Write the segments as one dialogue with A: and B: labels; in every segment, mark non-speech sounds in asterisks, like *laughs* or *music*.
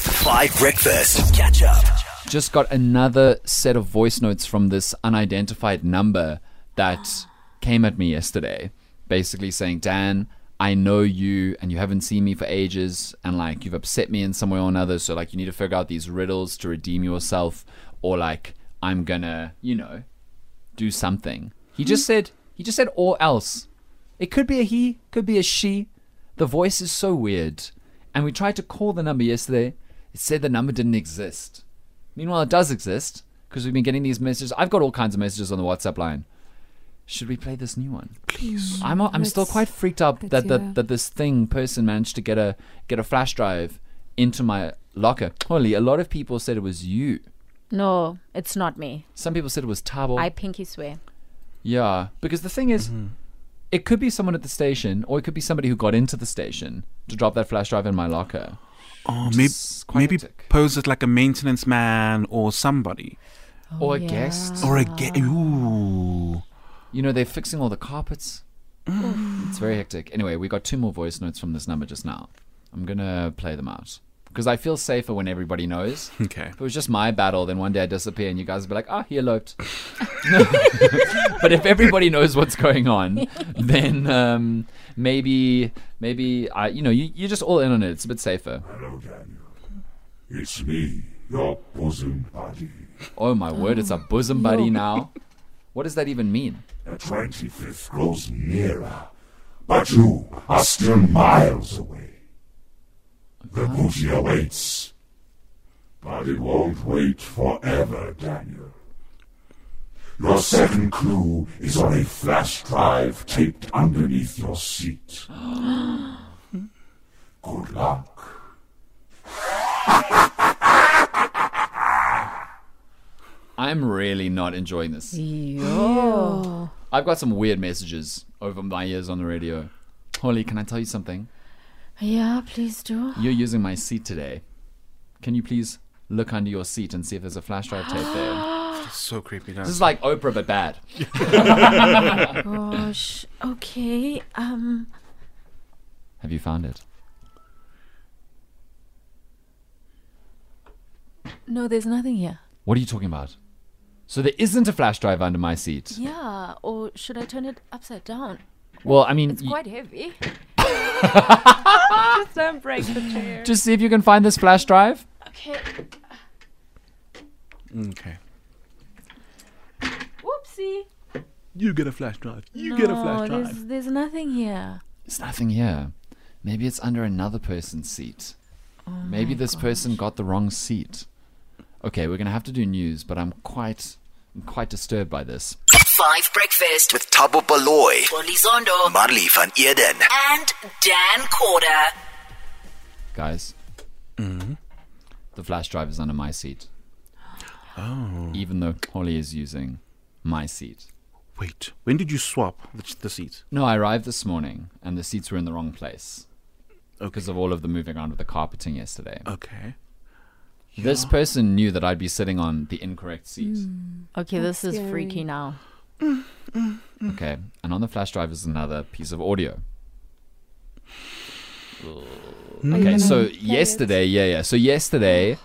A: Five Breakfast. Catch up.
B: Just got another set of voice notes from this unidentified number that came at me yesterday, basically saying, Dan, I know you and you haven't seen me for ages and like you've upset me in some way or another. So like you need to figure out these riddles to redeem yourself or like I'm gonna, you know, do something. He just
C: Hmm.
B: said, he just said or else. It could be a he, could be a she. The voice is so weird. And we tried to call the number yesterday. It said the number didn't exist. Meanwhile, it does exist because we've been getting these messages. I've got all kinds of messages on the WhatsApp line. Should we play this new one? Please. I'm I'm still
C: Let's-
B: quite freaked out
C: let's
B: that,
C: hear.
B: that that this thing person managed to get a get a flash drive into my locker. Holy, a lot of people said it was you.
D: No, it's not me.
B: Some people said it was Tabo.
D: I pinky swear.
B: Yeah, because the thing is, it could be someone at the station, or it could be somebody who got into the station to drop that flash drive in my locker.
E: Oh,
B: Which
E: maybe,
B: is quite
E: maybe
B: hectic.
E: pose it like a maintenance man or somebody.
B: or a
D: yeah.
B: guest.
E: Or a ge- Ooh.
B: You know, they're fixing all the carpets. it's very hectic. Anyway, we got two more voice notes from this number just now. I'm going to play them out. Because I feel safer when everybody knows.
E: Okay.
B: If it was just my battle, then one day I disappear and you guys would be like, ah, he eloped. *laughs* but if everybody knows what's going on, then um, maybe, maybe I, you know, you, you're just all in on it. It's a bit safer.
F: Hello, Daniel. It's me, your bosom buddy.
B: Oh my word, it's a bosom buddy now. What does that even mean?
F: The 25th grows nearer, but you are still miles away. The booty awaits, but it won't wait forever, Daniel. Your second clue is on a flash drive taped underneath your seat. Good luck.
B: I'm really not enjoying this. I've got some weird messages over my ears on the radio. Holly, can I tell you something?
D: Yeah, please do.
B: You're using my seat today. Can you please look under your seat and see if there's a flash drive tape
D: *gasps*
B: there?
E: So creepy.
B: This is like Oprah, but bad.
D: Gosh. Okay. Um.
B: Have you found it?
D: No, there's nothing here.
B: What are you talking about? So there isn't a flash drive under my seat.
D: Yeah. Or should I turn it upside down?
B: Well, I mean,
D: It's
B: y-
D: quite heavy.
C: Don't break the chair.
B: just see if you can find this flash drive.
D: Okay.
E: Okay.
D: Whoopsie.
E: You get a flash drive. You
D: no, There's, there's nothing here.
B: There's nothing here. Maybe it's under another person's seat. Maybe this person got the wrong seat. Okay, we're gonna have to do news, but I'm quite, I'm quite disturbed by this.
G: Five Breakfast with
A: With Tabo Baloy,
G: Oli Zondo
A: Marley van Eerden.
G: and Dan Corder.
B: guys. The flash drive is under my seat. Oh. Even though Holly is using my seat.
E: Wait. When did you swap the, the seats?
B: No, I arrived this morning and the seats were in the wrong place. Because of all of the moving around with the carpeting yesterday.
E: Okay.
B: This person knew that I'd be sitting on the incorrect seat.
D: Okay, this is
C: scary.
D: freaky now.
B: Okay. And on the flash drive is another piece of audio. Okay, so yesterday, yeah, yeah. So yesterday,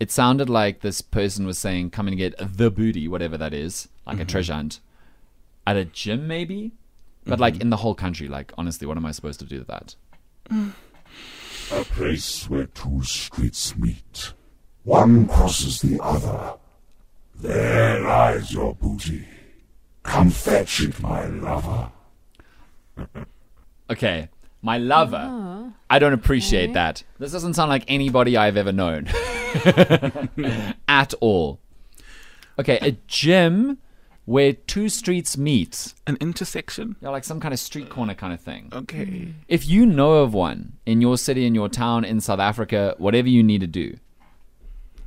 B: it sounded like this person was saying, "Come and get the booty, whatever that is, like a treasure hunt, at a gym, maybe, but like in the whole country. Like, honestly, what am I supposed to do with that?
F: A place where two streets meet. One crosses the other. There lies your booty. Come fetch it, my lover.
B: Okay, my lover, I don't appreciate that. This doesn't sound like anybody I've ever known at all. Okay, a gym where two streets meet,
E: An intersection?
B: yeah, like some kind of street corner kind of thing.
E: Okay.
B: If you know of one in your city, in your town, in South Africa, whatever you need to do,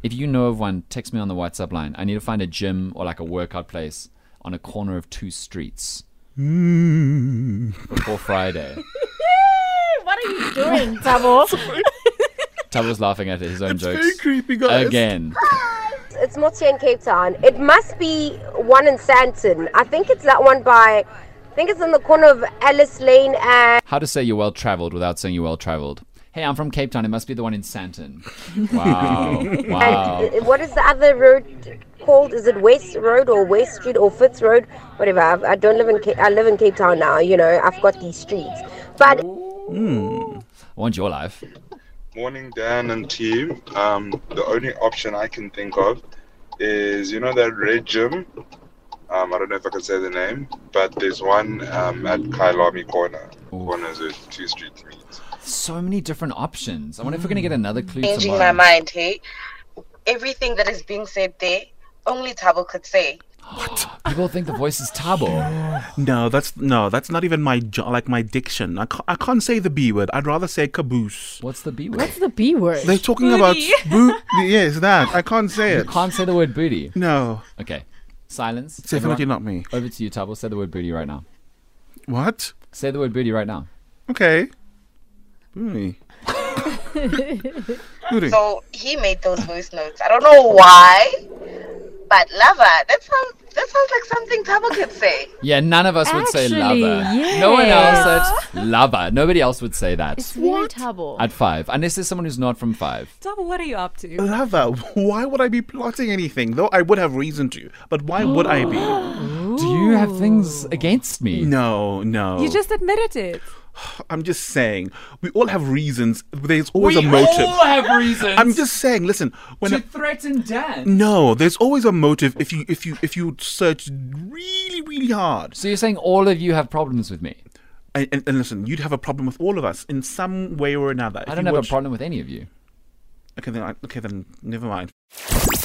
B: if you know of one, text me on the WhatsApp line. I need to find a gym or like a workout place on a corner of two streets before Friday.
D: What are you *laughs* doing, Tabo?
B: Tab was laughing at his own jokes
E: Very creepy, guys.
B: again.
H: It's Mortier in Cape Town. It must be one in Santon. I think it's that one by, I think it's in the corner of Alice Lane and
B: How to say you're well traveled without saying you're well traveled. Hey, I'm from Cape Town. It must be the one in Santon.
E: *laughs*
B: Wow.
H: And
B: wow.
H: uh, what is the other road called? Is it West Road or West Street or Fitz Road? Whatever. I've, I don't live in. Ca- I live in Cape Town now. You know, I've got these streets. But
B: I want your life.
C: Morning, Dan and team. Um, the only option I can think of is you know that red gym. Um, I don't know if I can say the name, but there's one um, at Kailami Corner. Corners with two street meets.
B: So many different options. I wonder if we're going to get another clue
I: changing my
B: tomorrow.
I: mind, hey? Everything that is being said there, only Tabo could say.
B: People think the voice is Tabo.
E: No, that's no, that's not even my jo- like my diction. I can't, I can't say the B word. I'd rather say caboose.
B: What's the B word?
D: It's the B word.
E: They're talking about boot. Yes, that I can't say it.
B: Can't say the word booty.
E: No,
B: Okay. Silence.
E: it's definitely
B: Everyone,
E: not me.
B: Over to you, Tabo. Say the word booty right now.
E: What?
B: Say the word booty right now.
E: Okay. Booty. Booty.
I: So he made those voice notes. I don't know why, but lava. That sounds that sounds like something Tabo could say.
B: Yeah, none of us would say lover.
D: Actually,
B: No one else
D: yes.
B: said lover. Nobody else would say that.
D: It's very Tabo.
B: At five. Unless there's someone who's not from five.
J: Double, what are you up
D: Uh,
J: to?
E: Lover, why would I be plotting anything? Though I would have reason to, but why would I
B: *gasps*
E: be?
B: Do you have things against me?
E: No, no.
J: You just admitted it.
E: I'm just saying, we all have reasons. There's always a motive.
B: have reasons
E: *laughs* I'm just saying. Listen, when a-
B: threaten Dan.
E: no, there's always a motive if you if you if you search really really hard.
B: So you're saying all of you have problems with me?
E: And, and, and listen, you'd have a problem with all of us in some way or another. If
B: I don't
E: you
B: have
E: watch-
B: a problem with any of you.
E: Okay, then I, okay, then never mind.